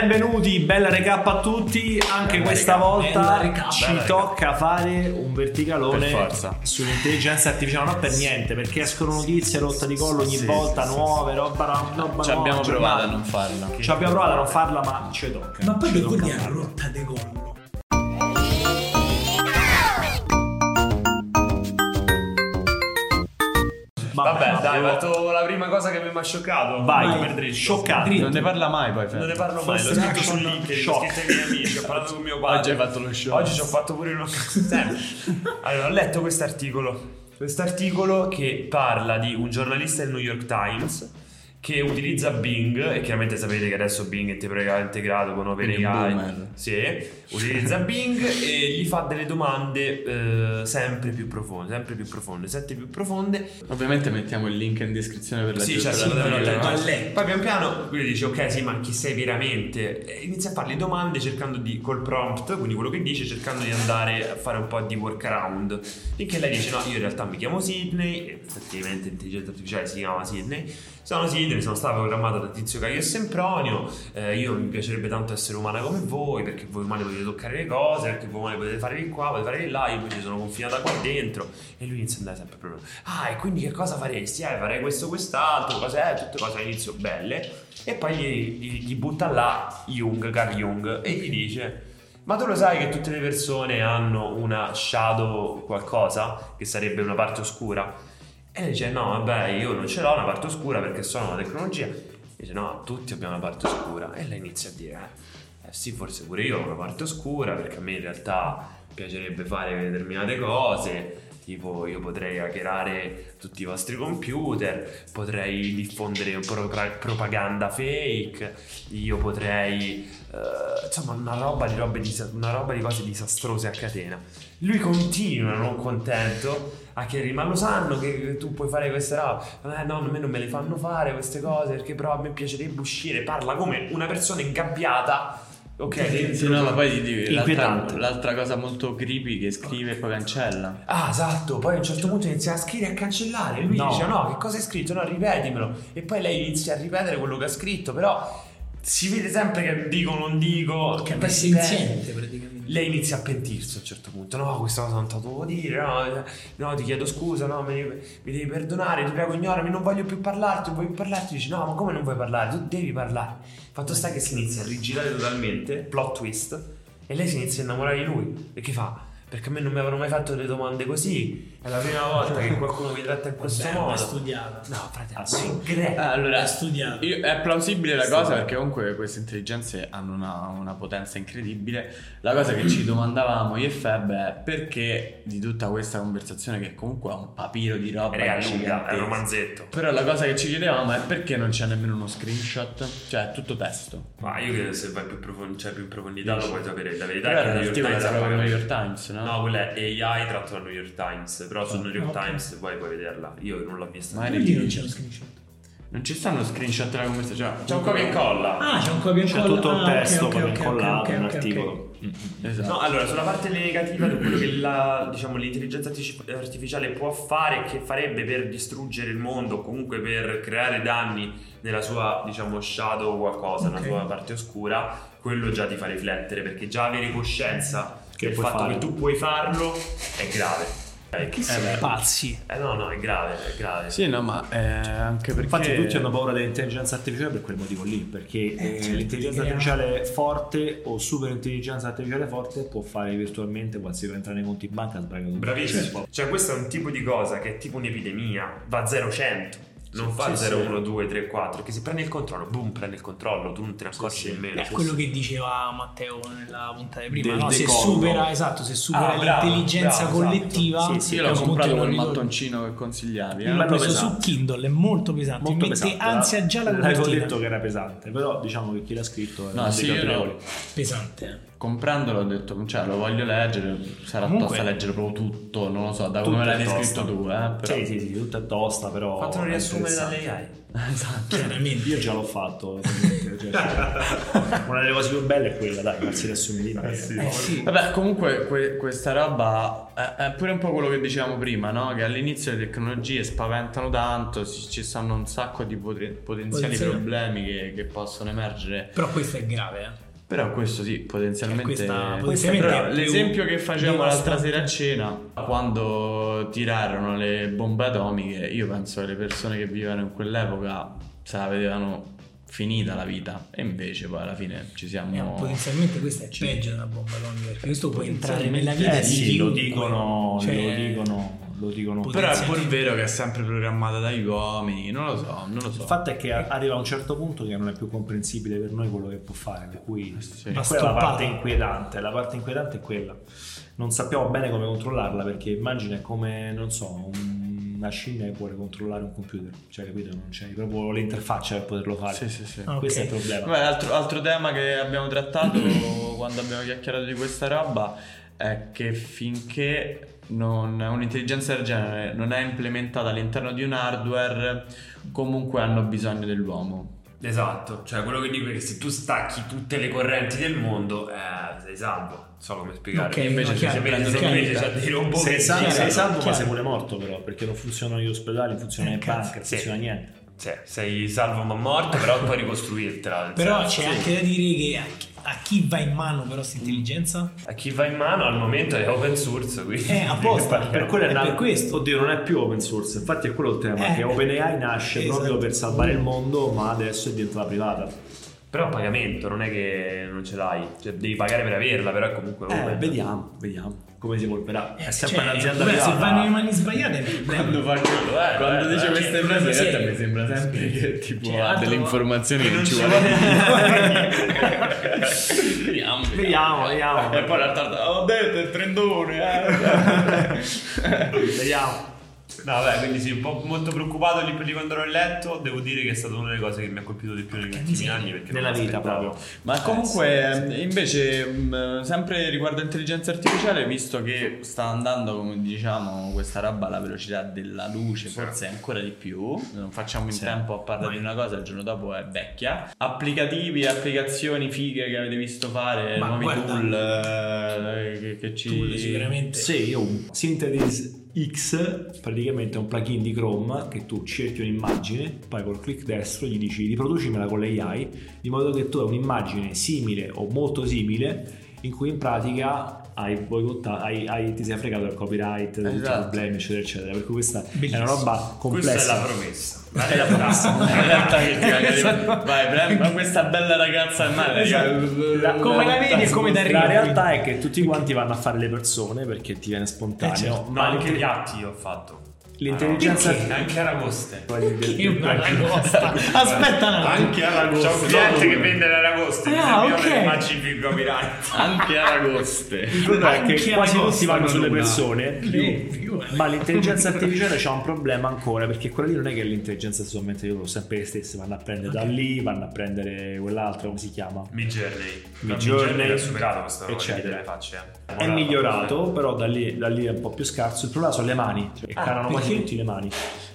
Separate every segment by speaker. Speaker 1: Benvenuti, bella recap a tutti. Anche
Speaker 2: Bella
Speaker 1: questa
Speaker 2: recap,
Speaker 1: volta
Speaker 2: bella recap,
Speaker 1: ci
Speaker 2: bella recap.
Speaker 1: tocca fare un
Speaker 2: Per
Speaker 1: verticalone
Speaker 2: forza.
Speaker 1: sull'intelligenza artificiale. Non per niente, perché escono notizie rotta di collo ogni
Speaker 2: Sì,
Speaker 1: volta,
Speaker 2: sì, sì,
Speaker 1: nuove, roba, roba, nuova.
Speaker 2: Ci abbiamo
Speaker 1: aggiornate.
Speaker 2: provato a non farla.
Speaker 1: Ci abbiamo provato a non farla, ma ci tocca.
Speaker 3: Ma poi
Speaker 1: Ci
Speaker 3: che
Speaker 1: tocca
Speaker 3: vuol dire
Speaker 1: farla.
Speaker 3: rotta di collo?
Speaker 1: Vabbè,
Speaker 4: Vabbè, dai,
Speaker 1: devo-
Speaker 4: vado la prima cosa che mi ha scioccato.
Speaker 1: Ah, boh. Vai,
Speaker 3: Vai.
Speaker 1: per dritto. Scioccante.
Speaker 3: Dritto.
Speaker 2: Non ne parla mai poi,
Speaker 4: Non ne
Speaker 2: Fede.
Speaker 4: parlo mai, l'ho
Speaker 3: Forse
Speaker 4: scritto su
Speaker 3: action
Speaker 4: LinkedIn, l'ho
Speaker 1: shock.
Speaker 4: scritto ai miei amici, ho parlato con mio padre.
Speaker 2: Oggi hai fatto lo show.
Speaker 4: Oggi ci ho fatto pure uno. Sempre. allora, ho letto quest'articolo. Quest'articolo che parla di un giornalista del New York Times che utilizza Bing e chiaramente sapete che adesso Bing è integra- integrato con
Speaker 2: Quindi un
Speaker 4: OpenAI.
Speaker 2: boomer.
Speaker 4: Sì, utilizza Bing e gli fa delle domande eh, sempre più profonde, sempre più profonde, sempre più profonde
Speaker 2: Ovviamente mettiamo il link in descrizione per la
Speaker 4: sì,
Speaker 2: gente
Speaker 4: cioè,
Speaker 2: per
Speaker 4: sì,
Speaker 2: la-
Speaker 4: però,
Speaker 2: per la-
Speaker 4: cioè,
Speaker 3: Ma
Speaker 4: cioè,
Speaker 3: lei-
Speaker 4: poi pian piano lui dice ok sì ma chi sei veramente e inizia a fargli domande cercando di col prompt quindi quello che dice cercando di andare a fare un po' di workaround finché lei dice no io in realtà mi chiamo Sidney e effettivamente l'intelligenza artificiale si chiama Sidney sono Sidney sono stata programmata da Tizio Caio e Sempronio eh, io mi piacerebbe tanto essere umana come voi perché voi umani potete toccare le cose perché voi umani potete fare di qua potete fare di là io invece sono confinata qua dentro e lui inizia ad andare sempre proprio ah e quindi che cosa faresti? Eh farei questo quest'altro cos'è? tutte cose all'inizio belle e poi gli, gli- gli butta là Jung Carl Jung e gli dice ma tu lo sai che tutte le persone hanno una shadow qualcosa che sarebbe una parte oscura e lei dice: No, vabbè, io non ce l'ho una parte oscura perché sono una tecnologia. E dice: No, tutti abbiamo una parte oscura. E lei inizia a dire: eh, eh sì, forse pure io ho una parte oscura perché a me in realtà piacerebbe fare determinate cose. Tipo, io potrei hackerare tutti i vostri computer, potrei diffondere pro- propaganda fake, io potrei. eh, insomma, una roba, di robe dis- una roba di cose disastrose a catena. Lui continua, non contento, a chiedergli, ma lo sanno che che tu puoi fare queste robe? Eh no, a me non me le fanno fare queste cose, perché però a me piacerebbe uscire. Parla come una persona ingabbiata, ok? dentro-
Speaker 2: Sì, no, ma poi ti dico, l'altra,
Speaker 1: Inquietante.
Speaker 2: l'altra cosa molto creepy che scrive e poi cancella.
Speaker 4: Ah, esatto. Poi a un certo punto inizia a scrivere e a cancellare. Lui
Speaker 1: No.
Speaker 4: dice: No, che cosa hai scritto? No, ripetimelo. E poi lei inizia a ripetere quello che ha scritto. Però si vede sempre che dico, non dico.
Speaker 3: Che è
Speaker 4: poi si
Speaker 3: senziente praticamente.
Speaker 4: lei inizia a pentirsi a un certo punto. No, questa cosa non te la dovevo dire. No, no, ti chiedo scusa. No, mi, mi devi perdonare. Ti prego, ignorami. Non voglio più parlarti. Non voglio più parlarti. Dici, no, ma come non vuoi parlare? Tu devi parlare. Fatto sta che si inizia a rigirare totalmente. Plot twist. E lei si inizia a innamorare di lui. Perché fa? Perché a me non mi avevano mai fatto delle domande così. È la prima volta che qualcuno mi tratta in questo
Speaker 3: Vabbè, ma
Speaker 4: modo.
Speaker 3: è studiata.
Speaker 4: no, fratello, sono greco.
Speaker 2: Ah, allora,
Speaker 3: È studiato.
Speaker 2: io- è plausibile la cosa perché comunque queste intelligenze hanno una, una potenza incredibile. La cosa che ci domandavamo io e Feb è perché di tutta questa conversazione che comunque è un papiro di roba
Speaker 4: Raga, eh, è lunga, è
Speaker 2: gigantesca.
Speaker 4: un romanzetto.
Speaker 2: Però la cosa che ci chiedevamo è perché non c'è nemmeno uno screenshot, cioè è tutto testo.
Speaker 4: Ma io credo se vai più, profon- cioè, più in profondità lo puoi sapere. La verità
Speaker 2: Però
Speaker 4: è che
Speaker 2: era
Speaker 4: il New York
Speaker 2: l'articolo
Speaker 4: Times
Speaker 2: era
Speaker 4: ha
Speaker 2: proprio il
Speaker 4: pagato-
Speaker 2: New York Times, no?
Speaker 4: No, quella è AI tratto dal New York Times, però sul New York
Speaker 3: Ah, ok.
Speaker 4: Times poi puoi vederla. Io non l'ho vista.
Speaker 2: Magari-
Speaker 3: Vuol dire non c'è lo screenshot.
Speaker 2: Non ci stanno screenshot della cioè, conversazione.
Speaker 4: C'è un copia e colla.
Speaker 3: Ah, c'è un copia e
Speaker 1: C'è
Speaker 3: incolla.
Speaker 1: tutto il
Speaker 3: Ah,
Speaker 1: testo
Speaker 3: ok, ok,
Speaker 1: poi
Speaker 3: ok,
Speaker 1: incollato,
Speaker 3: ok,
Speaker 1: un
Speaker 3: ok, ok.
Speaker 1: articolo.
Speaker 2: Esatto.
Speaker 4: No, allora, sulla parte negativa di quello che la, diciamo, l'intelligenza artifici- artificiale può fare, che farebbe per distruggere il mondo, o comunque per creare danni nella sua, diciamo, shadow o qualcosa, nella
Speaker 3: Ok.
Speaker 4: sua parte oscura, quello già ti fa riflettere, perché già avere coscienza
Speaker 1: Che
Speaker 4: del
Speaker 1: puoi
Speaker 4: fatto
Speaker 1: fare.
Speaker 4: che tu puoi farlo è grave. Eh, chi-
Speaker 2: Eh beh.
Speaker 3: Pazzi.
Speaker 4: eh, no, no, è grave, è grave.
Speaker 2: Sì, no, ma eh, anche perché...
Speaker 1: Infatti tutti hanno paura dell'intelligenza artificiale per quel motivo lì, perché
Speaker 3: Eh,
Speaker 1: eh,
Speaker 3: certo,
Speaker 1: l'intelligenza
Speaker 3: crea-
Speaker 1: artificiale forte o super intelligenza artificiale forte può fare virtualmente qualsiasi entrare nei conti in banca sbagliato.
Speaker 4: Bravissimo. Cioè, questo è un tipo di cosa che è tipo un'epidemia, va 0-100. Non
Speaker 1: Sì,
Speaker 4: fa
Speaker 1: sì,
Speaker 4: 0,
Speaker 1: sì.
Speaker 4: 1, 2, 3, 4. Che se prende il controllo, boom, prende il controllo, tu non te ne accorgi
Speaker 1: sì.
Speaker 4: nemmeno.
Speaker 3: È quello che diceva Matteo nella puntata di prima,
Speaker 1: Del
Speaker 3: no? se
Speaker 1: decollo.
Speaker 3: supera, esatto, se supera
Speaker 4: Ah, bravo,
Speaker 3: l'intelligenza
Speaker 4: bravo,
Speaker 3: collettiva,
Speaker 1: esatto. Sì, sì,
Speaker 2: Sì,
Speaker 3: è
Speaker 2: l'ho
Speaker 3: un punto
Speaker 2: comprato
Speaker 3: che non
Speaker 2: quel
Speaker 3: ricordo.
Speaker 2: mattoncino che consigliavi. eh.
Speaker 3: L'ho
Speaker 1: Bello
Speaker 3: preso
Speaker 1: pesante.
Speaker 3: su Kindle, è molto pesante,
Speaker 1: Molto
Speaker 3: mi mette
Speaker 1: pesante.
Speaker 3: ansia già la
Speaker 1: L'avevo
Speaker 3: copertina.
Speaker 1: detto che era pesante, però diciamo che chi l'ha scritto è
Speaker 2: No,
Speaker 1: un
Speaker 2: sì, io
Speaker 1: dicatore.
Speaker 2: no.
Speaker 3: pesante. eh,
Speaker 2: Comprandolo ho detto, cioè lo voglio leggere, sarà
Speaker 1: Comunque-
Speaker 2: tosta leggere proprio tutto, non lo so, da
Speaker 1: Tutto
Speaker 2: come l'hai
Speaker 1: è tosta.
Speaker 2: descritto tu, eh, però.
Speaker 1: Sì, sì, sì, tutto è tosta, però
Speaker 4: Fatto un
Speaker 1: è
Speaker 4: come
Speaker 1: interessante.
Speaker 4: dalle AI.
Speaker 2: Esatto.
Speaker 3: Chiaramente. Eh,
Speaker 1: Io già l'ho fatto, ovviamente, cioè, cioè, una delle cose più belle è quella, dai, grazie a Assumelina.
Speaker 4: Eh sì.
Speaker 3: Eh sì.
Speaker 2: Vabbè, comunque que- questa roba è-, è pure un po' quello che dicevamo prima, no? Che all'inizio le tecnologie spaventano tanto, ci, ci sono un sacco di potre- potenziali
Speaker 3: Potenziali.
Speaker 2: problemi che-, che possono emergere.
Speaker 3: Però questo è grave, eh.
Speaker 2: Però questo sì, potenzialmente...
Speaker 3: Cioè, questa-
Speaker 2: Però
Speaker 3: potenzialmente è più
Speaker 2: l'esempio che facevamo
Speaker 3: devastante.
Speaker 2: l'altra sera a cena, quando tirarono le bombe atomiche, io penso che le persone che vivevano in quell'epoca se la vedevano finita la vita e invece poi alla fine ci siamo...
Speaker 3: Eh, potenzialmente questa è peggio della bomba atomica perché questo può entrare nella vita
Speaker 1: Eh
Speaker 3: di
Speaker 1: sì, lo
Speaker 3: chiunque.
Speaker 1: dicono,
Speaker 3: Cioè,
Speaker 1: lo dicono, lo dicono.
Speaker 3: Pot-
Speaker 2: Però è pur vero che è sempre programmata dagli uomini, non lo so, non lo so.
Speaker 1: Il fatto è che a- arriva a un certo punto che non è più comprensibile per noi quello che può fare, per cui
Speaker 2: Sì.
Speaker 1: Ma quella è
Speaker 3: Ma
Speaker 1: la
Speaker 3: stoppata.
Speaker 1: parte inquietante, la parte inquietante è quella. Non sappiamo bene come controllarla perché immagina è come, non so, un- una scimmia che vuole controllare un computer, cioè capito? Non c'è proprio l'interfaccia per poterlo fare.
Speaker 2: Sì, sì, sì.
Speaker 3: Ah, ok.
Speaker 1: Questo è il problema.
Speaker 2: Vabbè, altro, altro tema che abbiamo trattato quando abbiamo chiacchierato di questa roba è che finché non- un'intelligenza del genere non è implementata all'interno di un hardware, comunque hanno bisogno dell'uomo.
Speaker 4: Esatto, cioè quello che dico è che se tu stacchi tutte le correnti del mondo, eh, sei salvo. Non so come spiegare. Cioè,
Speaker 3: Ok,
Speaker 4: invece
Speaker 3: no,
Speaker 4: se si
Speaker 3: chiaro,
Speaker 4: prendono
Speaker 3: chiaro.
Speaker 4: invece c'ha dei robot
Speaker 1: Sei
Speaker 4: che
Speaker 1: salvo,
Speaker 4: girano.
Speaker 1: sei salvo, ma
Speaker 3: chiaro.
Speaker 1: sei pure morto però, perché non funzionano gli ospedali, non funziona
Speaker 3: Eh,
Speaker 1: il
Speaker 3: cazzo,
Speaker 1: banca, non
Speaker 4: sì.
Speaker 1: funziona niente.
Speaker 4: Sì, Cioè, sei salvo ma morto, però puoi ricostruirtela. nel
Speaker 3: Però
Speaker 4: senso,
Speaker 3: c'è
Speaker 4: sì.
Speaker 3: anche da dire che a chi, a chi va in mano però questa intelligenza?
Speaker 4: A chi va in mano al momento è open source, quindi...
Speaker 3: Eh, apposta.
Speaker 1: Per quello è
Speaker 3: È
Speaker 1: nato-
Speaker 3: per questo.
Speaker 1: Oddio, non è più open source, infatti è quello il tema,
Speaker 3: Eh.
Speaker 1: che OpenAI nasce
Speaker 3: Esatto. Eh,
Speaker 1: proprio per salvare il mondo, ma adesso è diventata privata.
Speaker 4: Però a pagamento, non è che non ce l'hai. Cioè, devi pagare per averla, però è comunque
Speaker 1: Eh,
Speaker 4: open.
Speaker 1: vediamo, vediamo come si evolverà. È sempre
Speaker 3: Cioè,
Speaker 1: un'azienda
Speaker 3: beh,
Speaker 1: privata.
Speaker 3: Se vanno in mani sbagliate è un problema.
Speaker 2: fa quello,
Speaker 4: eh, eh, eh, eh, sì.
Speaker 2: sembra sempre che tipo
Speaker 3: Cioè, altro-
Speaker 2: informazioni
Speaker 4: che non ci
Speaker 2: Vediamo,
Speaker 1: Vediamo, vediamo.
Speaker 2: E poi la tarta, ho detto il trendone, eh.
Speaker 1: Vediamo.
Speaker 4: No, vabbè, quindi sì, un po' molto preoccupato lì per lì quando l'ho letto. Devo dire che è stata una delle cose che mi ha colpito di più negli ultimi
Speaker 3: miseria.
Speaker 4: anni. Perché
Speaker 1: Nella
Speaker 4: non
Speaker 1: vita
Speaker 4: l'aspettavo.
Speaker 1: proprio.
Speaker 2: Ma comunque, ehm, invece, mh, sempre riguardo all'intelligenza artificiale, visto che sta andando, come diciamo, questa roba alla velocità della luce, forse ancora di più, non facciamo in tempo a parlare di una cosa, il giorno dopo è vecchia. Applicativi, applicazioni fighe che avete visto fare,
Speaker 3: Ma
Speaker 2: nuovi
Speaker 3: guarda,
Speaker 2: tool eh, che, che ci...
Speaker 3: Tu sicuramente.
Speaker 1: Sì, io un Synthesis X praticamente è un plugin di Chrome che tu cerchi un'immagine, poi col clic destro gli dici riproducimela con l'AI, di modo che tu hai un'immagine simile o molto simile in cui in pratica hai boicotta- hai- hai- ti sei fregato del copyright, tutti i
Speaker 2: Esatto.
Speaker 1: problemi, eccetera, eccetera. Per cui questa è
Speaker 3: Bellissimo.
Speaker 1: una roba complessa.
Speaker 4: Questa è la promessa.
Speaker 1: È la promessa.
Speaker 2: In realtà che ti magari- vai, prendi ma questa bella ragazza male.
Speaker 3: Come la vedi e come t'arrivi?
Speaker 1: La realtà è che tutti quanti vanno a fare le persone perché ti viene spontaneo.
Speaker 3: Eh, certo.
Speaker 1: ma
Speaker 4: Ma anche
Speaker 1: l'inte-
Speaker 4: gli atti io ho fatto.
Speaker 1: l'intelligenza
Speaker 4: Anche- Anche Aragoste.
Speaker 3: Io
Speaker 1: del-
Speaker 3: una ragosta. Aspetta un attimo.
Speaker 4: Anche Aragoste. C'è un cliente che vende l'Aragoste.
Speaker 3: Ah,
Speaker 4: mi servivano
Speaker 3: ok.
Speaker 4: le immagini più copyright.
Speaker 2: Anche Aragoste.
Speaker 1: Il problema è che
Speaker 3: Anche
Speaker 1: quasi
Speaker 3: alla
Speaker 1: tutti
Speaker 3: costa
Speaker 1: vanno sulle
Speaker 2: non dà.
Speaker 1: persone,
Speaker 3: Più, più, eh.
Speaker 1: ma l'intelligenza artificiale c'ha un problema ancora perché quella lì non è che l'intelligenza è solamente loro, sempre le stesse, vanno a prendere da lì, vanno a prendere quell'altro, come si chiama?
Speaker 4: Midjourney.
Speaker 1: Midjourney.
Speaker 4: ha superato questa roba di
Speaker 1: Eccetera.
Speaker 4: delle facce. eh.
Speaker 1: È migliorato, però da lì, da lì è un po' più scarso. Il problema sono le mani, cioè, carano quasi
Speaker 3: perché?
Speaker 1: tutti le mani,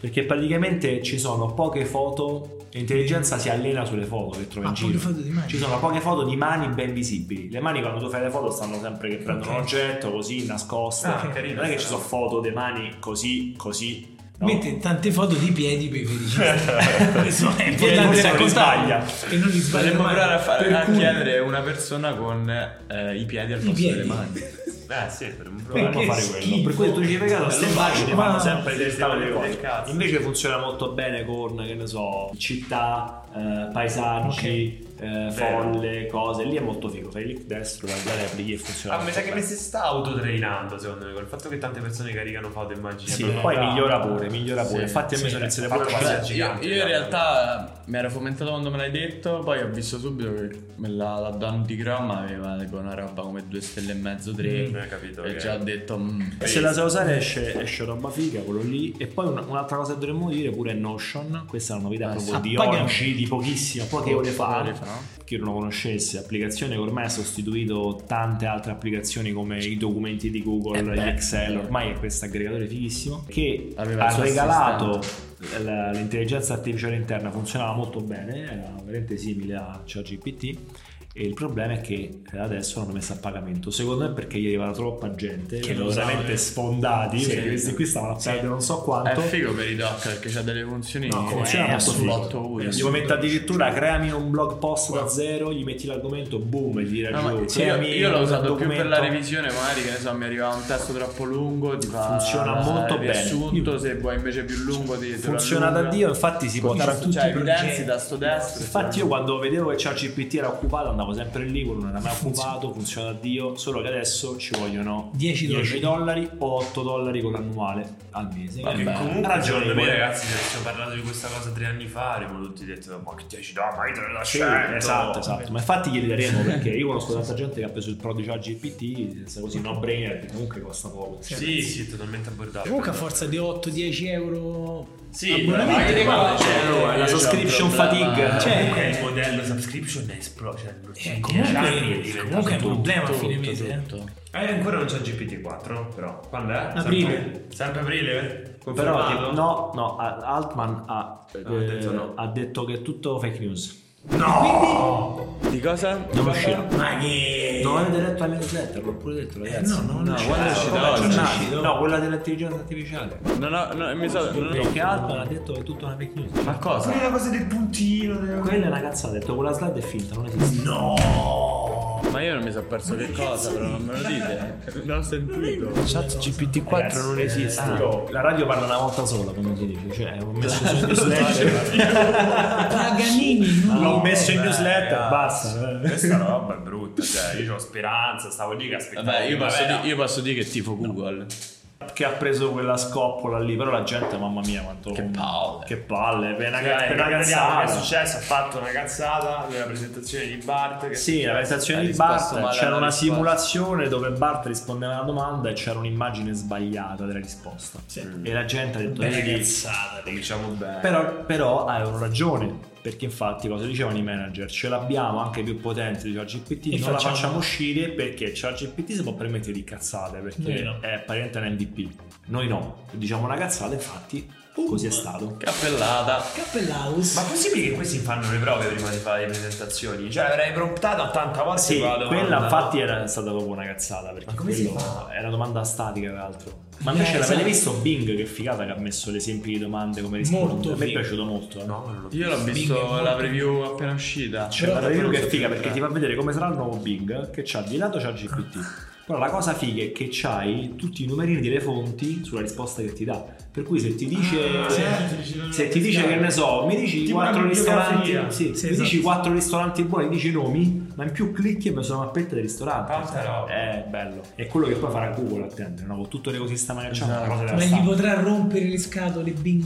Speaker 1: perché praticamente ci sono poche foto, l'intelligenza si allena sulle foto che trovi
Speaker 3: Ah,
Speaker 1: in
Speaker 3: poche
Speaker 1: giro.
Speaker 3: foto di mani.
Speaker 1: Ci sono poche foto di mani ben visibili. Le mani quando tu fai le foto stanno sempre che prendono
Speaker 3: Ok.
Speaker 1: un oggetto così nascoste.
Speaker 4: Ah, carino.
Speaker 1: non è che ci sono foto di mani così, così. no?
Speaker 3: Mette tante foto di piedi per i felicità. Questo è importante
Speaker 1: forse non li
Speaker 3: raccontarlo.
Speaker 1: sbaglia.
Speaker 3: E non li sbaglia
Speaker 2: Potremmo
Speaker 3: mai.
Speaker 2: provare a, fare,
Speaker 3: Per
Speaker 2: a
Speaker 3: cui-
Speaker 2: chiedere una persona con eh, i piedi al
Speaker 3: I
Speaker 2: posto
Speaker 3: piedi.
Speaker 2: delle mani.
Speaker 4: Eh sì, per un
Speaker 1: Proviamo a
Speaker 4: problema.
Speaker 3: Perché
Speaker 1: fare quello.
Speaker 3: schifo.
Speaker 1: Per cui tu ci hai fregato, queste
Speaker 3: Ma-
Speaker 1: immagini fanno
Speaker 3: ma-
Speaker 1: sempre
Speaker 4: Sì,
Speaker 1: del
Speaker 4: sì,
Speaker 1: tavolo
Speaker 4: del
Speaker 1: di
Speaker 4: cazzo.
Speaker 1: cose. Invece funziona molto bene con, che ne so, città, eh, paesaggi, eh, folle, cose. Lì è molto figo. Fai clic destro, guardare applicchi e funziona.
Speaker 4: Ah, mi sa
Speaker 1: molto
Speaker 4: che mi
Speaker 1: bene.
Speaker 4: si sta autotrainando secondo me, col fatto che tante persone caricano foto e immagini.
Speaker 1: Sì,
Speaker 4: Eh,
Speaker 1: poi
Speaker 4: bravo.
Speaker 1: migliora pure, migliora pure.
Speaker 2: Sì,
Speaker 1: Infatti a me
Speaker 3: sì,
Speaker 1: sono iniziate
Speaker 4: fatto
Speaker 1: pure
Speaker 4: quasi-
Speaker 1: cose.
Speaker 2: Beh, io,
Speaker 4: gigante,
Speaker 2: io in
Speaker 4: guarda.
Speaker 2: realtà mi ero fomentato quando me l'hai detto, poi ho visto subito che me la, la Don di Chrome aveva tipo una roba come due stelle e mezzo, tre.
Speaker 4: Non ho Eh, capito.
Speaker 2: e
Speaker 4: ok.
Speaker 2: già ho detto... mm,
Speaker 1: Se la sai usare esce, esce roba figa, quello lì. E poi un- un'altra cosa che dovremmo dire pure è Notion. Questa è una novità
Speaker 2: Ah,
Speaker 1: proprio
Speaker 2: sì.
Speaker 1: di
Speaker 3: Ah, paghiamo.
Speaker 1: oggi, di pochissima, poche ore fa.
Speaker 2: Ore fa. no?
Speaker 1: chi non lo conoscesse, applicazione che ormai ha sostituito tante altre applicazioni come i documenti di Google,
Speaker 2: Eh
Speaker 1: gli
Speaker 2: beh.
Speaker 1: Excel, ormai è questo aggregatore fighissimo che
Speaker 2: Aveva il
Speaker 1: ha
Speaker 2: suo
Speaker 1: regalato la- l'intelligenza artificiale interna, funzionava molto bene, era veramente simile a ChatGPT e il problema è che adesso l'hanno messa a pagamento. Secondo me perché gli arrivava troppa gente,
Speaker 3: Che
Speaker 1: che erano
Speaker 3: lo
Speaker 1: veramente
Speaker 3: usava.
Speaker 1: sfondati,
Speaker 2: eh. Sì.
Speaker 1: perché questi qui stavano a
Speaker 3: Sì.
Speaker 1: perdere non so
Speaker 2: È
Speaker 1: quanto.
Speaker 2: figo per i doc perché c'ha delle funzioni
Speaker 1: No,
Speaker 2: che
Speaker 1: funziona
Speaker 2: è
Speaker 1: molto figo.
Speaker 2: sull'otto utile.
Speaker 1: Gli metto addirittura creami un blog post da zero, gli metti l'argomento, boom, e gli tira
Speaker 2: No, ma
Speaker 1: giù.
Speaker 2: sì, io,
Speaker 1: Creami
Speaker 2: io l'ho
Speaker 1: un
Speaker 2: usato più per la
Speaker 1: documento.
Speaker 2: revisione, magari che ne so, mi arrivava un testo troppo lungo, ti fa
Speaker 1: Funziona
Speaker 2: il
Speaker 1: molto bene.
Speaker 2: riassunto,
Speaker 1: Io-
Speaker 2: se vuoi invece più lungo ti te lo
Speaker 1: Funziona da
Speaker 2: allunga.
Speaker 1: Dio, infatti si può
Speaker 2: Ci
Speaker 1: andare a
Speaker 2: sono-
Speaker 1: tutti
Speaker 2: cioè,
Speaker 1: i progetti.
Speaker 2: evidenzi da sto destro.
Speaker 1: Infatti io quando vedevo che ChatGPT era occupato andavo sempre lì, quello non era mai occupato, funziona a Dio, solo che adesso ci vogliono
Speaker 3: 10 dollari.
Speaker 1: dollari o 8 dollari con l'annuale al mese.
Speaker 2: Vabbè.
Speaker 1: Quindi,
Speaker 4: comunque
Speaker 1: ragione,
Speaker 4: secondo me
Speaker 1: poi-
Speaker 4: ragazzi se ci ho parlato di questa cosa tre anni fa avremmo tutti detto ma che 10 no ma io te ne lascio eh."
Speaker 1: Sì,
Speaker 2: certo.
Speaker 1: esatto, esatto. Ma infatti glieli daremo perché io conosco tanta gente che ha preso il Pro di ChatGPT, senza così no brainer, che comunque costa poco.
Speaker 4: sì sì totalmente abbordabile
Speaker 3: Comunque a forza di 8-10 euro
Speaker 2: Sì,
Speaker 3: abbonamento,
Speaker 2: magari qua-
Speaker 3: cioè,
Speaker 2: cioè,
Speaker 1: allora, la
Speaker 2: io c'ho un
Speaker 1: subscription
Speaker 2: problema-
Speaker 1: fatigue.
Speaker 4: cioè,
Speaker 3: Cioè,
Speaker 4: comunque il modello subscription è esploso cioè,
Speaker 3: eh,
Speaker 4: in dieci anni è
Speaker 3: comunque,
Speaker 4: diventato
Speaker 3: comunque è un
Speaker 4: tutto.
Speaker 3: problema a
Speaker 2: tutto,
Speaker 3: fine mese. eh.
Speaker 2: tutto.
Speaker 4: eh ancora non c'è GPT-4 però quando è?
Speaker 1: Aprile.
Speaker 4: sempre, sempre aprile? eh?
Speaker 1: Però
Speaker 4: Confermato?
Speaker 1: no, no, a- Altman ha, eh,
Speaker 4: detto no.
Speaker 1: ha detto che è tutto fake news.
Speaker 4: no
Speaker 2: Di cosa?
Speaker 1: Non uscirà.
Speaker 3: Ma che...
Speaker 1: Non avete Eh, letto la newsletter, l'ho pure detto, ragazzi.
Speaker 3: no, non
Speaker 2: No,
Speaker 3: c'è.
Speaker 2: guarda, ci
Speaker 3: Come
Speaker 2: dà
Speaker 3: c'è
Speaker 2: oggi.
Speaker 3: uscito?
Speaker 1: No, quella dell'intelligenza artificiale.
Speaker 2: No, no, no, mi sa. no, no.
Speaker 1: Perché Altman ha detto che è tutta una fake news.
Speaker 2: Ma cosa?
Speaker 4: pure la cosa del puntino della-
Speaker 1: Quella è una cazzata, ha detto quella slide è finta, non esiste.
Speaker 2: Ma io non mi sono perso che cosa, però non me lo dite. Non ho sentito.
Speaker 1: Chat GPT-4 non esiste. eh, la radio parla una volta sola, come si dice. Cioè, ho messo su newsletter.
Speaker 3: Paganini, no.
Speaker 1: L'ho messo in
Speaker 4: Vabbè,
Speaker 1: newsletter,
Speaker 4: ragazzi.
Speaker 1: basta. eh.
Speaker 4: Questa roba è brutta, cioè io ho speranza, stavo lì che aspettavo.
Speaker 2: Vabbè, io posso,
Speaker 4: primavera.
Speaker 2: di- io posso dire che tifo Google.
Speaker 1: che ha preso quella scoppola lì, però la gente, mamma mia, quanto che
Speaker 2: palle.
Speaker 1: Che palle, per una,
Speaker 4: Cioè,
Speaker 1: per una
Speaker 4: ragazziamo,
Speaker 1: cazzata.
Speaker 4: che è successo? Ha fatto una cazzata nella presentazione di Bart. Che
Speaker 1: Sì, la presentazione
Speaker 2: Ha
Speaker 1: di
Speaker 2: risposto
Speaker 1: Bart
Speaker 2: male alla
Speaker 1: c'era una
Speaker 2: risposta.
Speaker 1: simulazione dove Bart rispondeva alla domanda e c'era un'immagine sbagliata della risposta.
Speaker 3: Cioè,
Speaker 1: E la gente ha detto:
Speaker 4: Bella
Speaker 1: "Vedi,
Speaker 4: cazzata, cominciamo diciamo
Speaker 1: diciamo.
Speaker 4: bene.
Speaker 1: però, però avevano ragione. Perché infatti, cosa dicevano i manager? Ce l'abbiamo anche più potente di ChatGPT,
Speaker 3: E
Speaker 1: non la
Speaker 3: facciamo-
Speaker 1: facciamo uscire perché ChatGPT si può permettere di cazzate perché
Speaker 3: Noi no.
Speaker 1: è parente un MVP. Noi no, diciamo una cazzata, infatti, così è stato.
Speaker 2: Cappellata.
Speaker 3: Cappellaus.
Speaker 4: Ma è possibile che questi fanno le prove prima di fare le presentazioni? Cioè, avrei promptato 80 volte
Speaker 1: Sì,
Speaker 4: quella domanda.
Speaker 1: quella infatti era stata proprio una cazzata perché
Speaker 4: Ma come si
Speaker 1: quello
Speaker 4: fa?
Speaker 1: era domanda statica tra l'altro. Ma
Speaker 3: Eh,
Speaker 1: invece l'avete
Speaker 3: esatto.
Speaker 1: visto Bing che figata che ha messo l'esempio di domande come risposte.
Speaker 3: Molto
Speaker 1: A me è
Speaker 3: figo.
Speaker 1: piaciuto molto. eh.
Speaker 4: No, non l'ho
Speaker 2: Io l'ho
Speaker 3: Bing è
Speaker 2: visto
Speaker 3: molto-
Speaker 2: la preview appena uscita.
Speaker 1: Cioè,
Speaker 3: Però-
Speaker 1: guarda, io che è figa perché ti fa vedere come sarà il nuovo Bing che c'ha di lato c'ha GPT. Però la cosa figa è che c'hai tutti i numerini delle fonti sulla risposta che ti dà. Per cui se ti dice
Speaker 4: Ah,
Speaker 1: se,
Speaker 4: certo.
Speaker 1: se ti dice che ne so, mi dici
Speaker 4: Tipo
Speaker 1: quattro
Speaker 4: una
Speaker 1: ristoranti,
Speaker 4: bibliografia.
Speaker 1: sì,
Speaker 3: Sì,
Speaker 1: mi
Speaker 3: esatto.
Speaker 1: dici quattro ristoranti buoni, dici i nomi, ma in più clicchi e mi sono una mappetta di ristoranti.
Speaker 4: Tanta roba.
Speaker 1: È bello. È quello che poi farà Google attendere, no? Con tutto l'ecosistema che c'ha, una cosa
Speaker 3: Ma gli
Speaker 1: devastante.
Speaker 3: potrà rompere le scatole, Bing?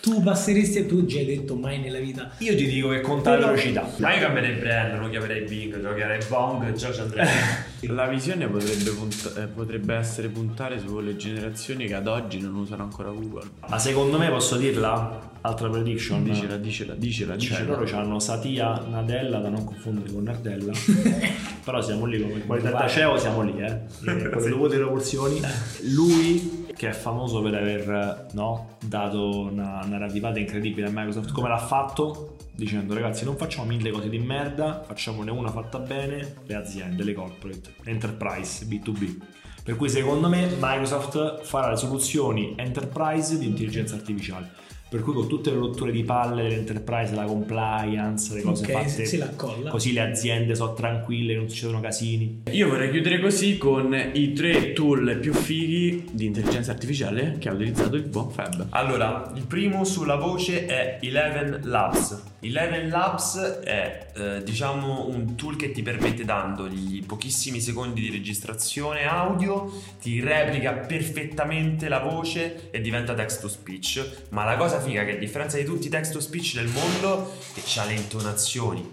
Speaker 3: Tu passeresti e tu già hai detto mai nella vita.
Speaker 1: Io ti dico che contare la
Speaker 3: Però-
Speaker 1: velocità.
Speaker 4: Ma io cambierei brand, lo chiamerei Bing, lo chiamerei Bong, già ci andrei.
Speaker 2: La visione potrebbe, punta- eh, potrebbe essere puntare sulle generazioni che ad oggi non usano ancora Google.
Speaker 1: Ma secondo me posso dirla? Altra prediction.
Speaker 2: Dicela, dicela, dicela,
Speaker 1: Cioè,
Speaker 2: dicela.
Speaker 1: loro hanno Satia Nadella da non confondere con Nardella. Però siamo lì come qualità da CEO, siamo lì, eh. Eh, Con le dovute proporzioni. Lui, che è famoso per aver no, dato una, una ravvivata incredibile a Microsoft, come l'ha fatto? Dicendo ragazzi non facciamo mille cose di merda, facciamone una fatta bene, le aziende, le corporate, enterprise, B2B. Per cui secondo me Microsoft farà le soluzioni enterprise di intelligenza artificiale. Per cui con tutte le rotture di palle dell'enterprise, la compliance, le cose
Speaker 3: Ok,
Speaker 1: fatte,
Speaker 3: si la colla.
Speaker 1: così le aziende sono tranquille, non succedono casini.
Speaker 2: Io vorrei chiudere così con i tre tool più fighi di intelligenza artificiale che ha utilizzato il buon Fab.
Speaker 4: Allora, il primo sulla voce è Eleven Labs. Eleven Labs è, eh, diciamo, un tool che ti permette, dandogli pochissimi secondi di registrazione audio, ti replica perfettamente la voce e diventa text to speech. Ma la cosa figa è che, a differenza di tutti i text to speech del mondo, che c'ha le intonazioni.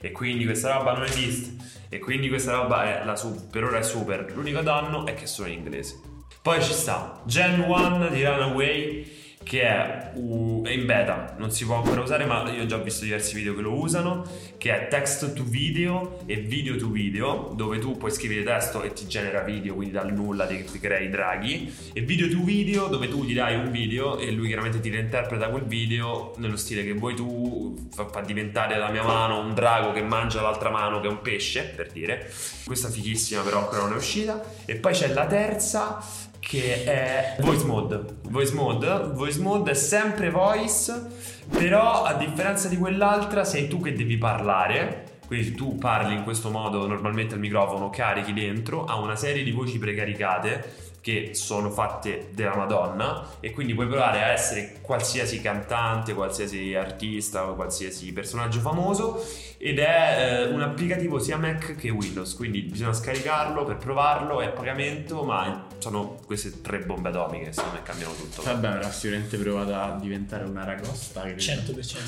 Speaker 4: E quindi questa roba non esiste. E quindi questa roba è la su- per ora è super. L'unico danno è che è solo in inglese. Poi ci sta Gen 1 di Runaway, che è, u- è in beta, non si può ancora usare, ma io ho già visto diversi video che lo usano, che è text to video e video to video, dove tu puoi scrivere testo e ti genera video, quindi dal nulla ti, ti crei i draghi, e video to video dove tu gli dai un video e lui chiaramente ti reinterpreta quel video nello stile che vuoi tu, fa, fa diventare la mia mano un drago che mangia l'altra mano che è un pesce, per dire. Questa fighissima però ancora non è uscita. E poi c'è la terza che è voice mode. Voice mode, voice mode è sempre voice, però a differenza di quell'altra sei tu che devi parlare. Quindi tu parli in questo modo normalmente al microfono, carichi dentro, ha una serie di voci precaricate che sono fatte della Madonna e quindi puoi provare a essere qualsiasi cantante, qualsiasi artista o qualsiasi personaggio famoso ed è eh, un applicativo sia Mac che Windows, quindi bisogna scaricarlo per provarlo, è a pagamento, ma sono queste tre bombe atomiche, secondo me cambiano tutto.
Speaker 2: Vabbè, avrà sicuramente provato a diventare una ragosta. che-
Speaker 3: 100%.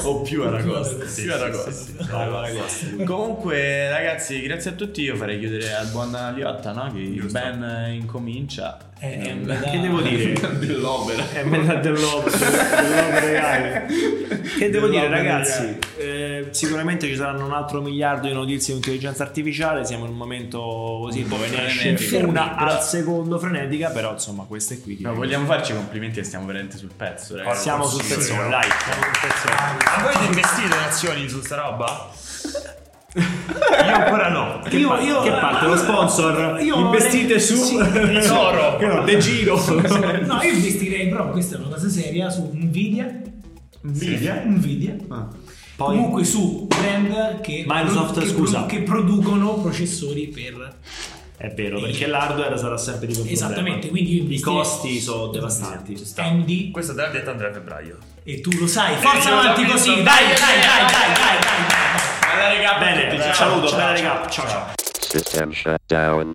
Speaker 4: Sì.
Speaker 2: O più aragosta.
Speaker 4: Cioè, Sì,
Speaker 2: Più
Speaker 4: sì,
Speaker 2: aragosta.
Speaker 4: sì, sì.
Speaker 2: Più aragosta. Comunque, ragazzi, grazie a tutti. Io farei chiudere al buon Liotta, no? Che il
Speaker 4: Giusto.
Speaker 2: ben eh, incomincia.
Speaker 3: Eh,
Speaker 2: Eh,
Speaker 3: in beta-
Speaker 1: che devo dire?
Speaker 2: Dell'opera.
Speaker 1: È metà dell'opera, dell'opera reale. Che devo dire,
Speaker 2: Dell'opera
Speaker 1: ragazzi? eh, sicuramente ci saranno un altro miliardo di notizie di intelligenza artificiale. Siamo in un momento così dove ne esce
Speaker 2: Frenetico.
Speaker 1: una al secondo frenetica. Però, insomma, queste qui.
Speaker 2: No, vogliamo farci i complimenti che stiamo veramente sul pezzo, ragazzi.
Speaker 1: Siamo sul
Speaker 4: Sì,
Speaker 1: pezzone,
Speaker 4: no.
Speaker 1: dai, siamo sul pezzone.
Speaker 4: Ma voi investite in azioni su sta roba? Io ancora no.
Speaker 1: Che, parte- che parte? Lo sponsor?
Speaker 3: Io-
Speaker 1: Investite su
Speaker 3: Sì.
Speaker 1: Tesoro. Che no, De Giro.
Speaker 3: No, io investirei, però questa è una cosa seria, su Nvidia.
Speaker 1: Nvidia? Ah,
Speaker 3: Nvidia.
Speaker 1: Poi-
Speaker 3: Comunque su brand che,
Speaker 1: Microsoft,
Speaker 3: che
Speaker 1: scusa.
Speaker 3: che producono processori per
Speaker 1: È vero, perché l'hardware sarà sempre di problema.
Speaker 3: Esattamente, quindi
Speaker 1: i
Speaker 3: io investirei- Esatto.
Speaker 1: costi sono devastanti.
Speaker 3: AMD
Speaker 4: Questo te l'ha detto Andrea Febbraio.
Speaker 3: e tu lo sai. Forza
Speaker 4: Eh, io l'ho
Speaker 3: avanti
Speaker 4: visto.
Speaker 3: così. Dai, dai, dai, dai, dai, dai. dai.
Speaker 4: Alla regà,
Speaker 1: Bene,
Speaker 4: bene,
Speaker 1: saluto, bella regà, ciao ciao.
Speaker 5: System shut down.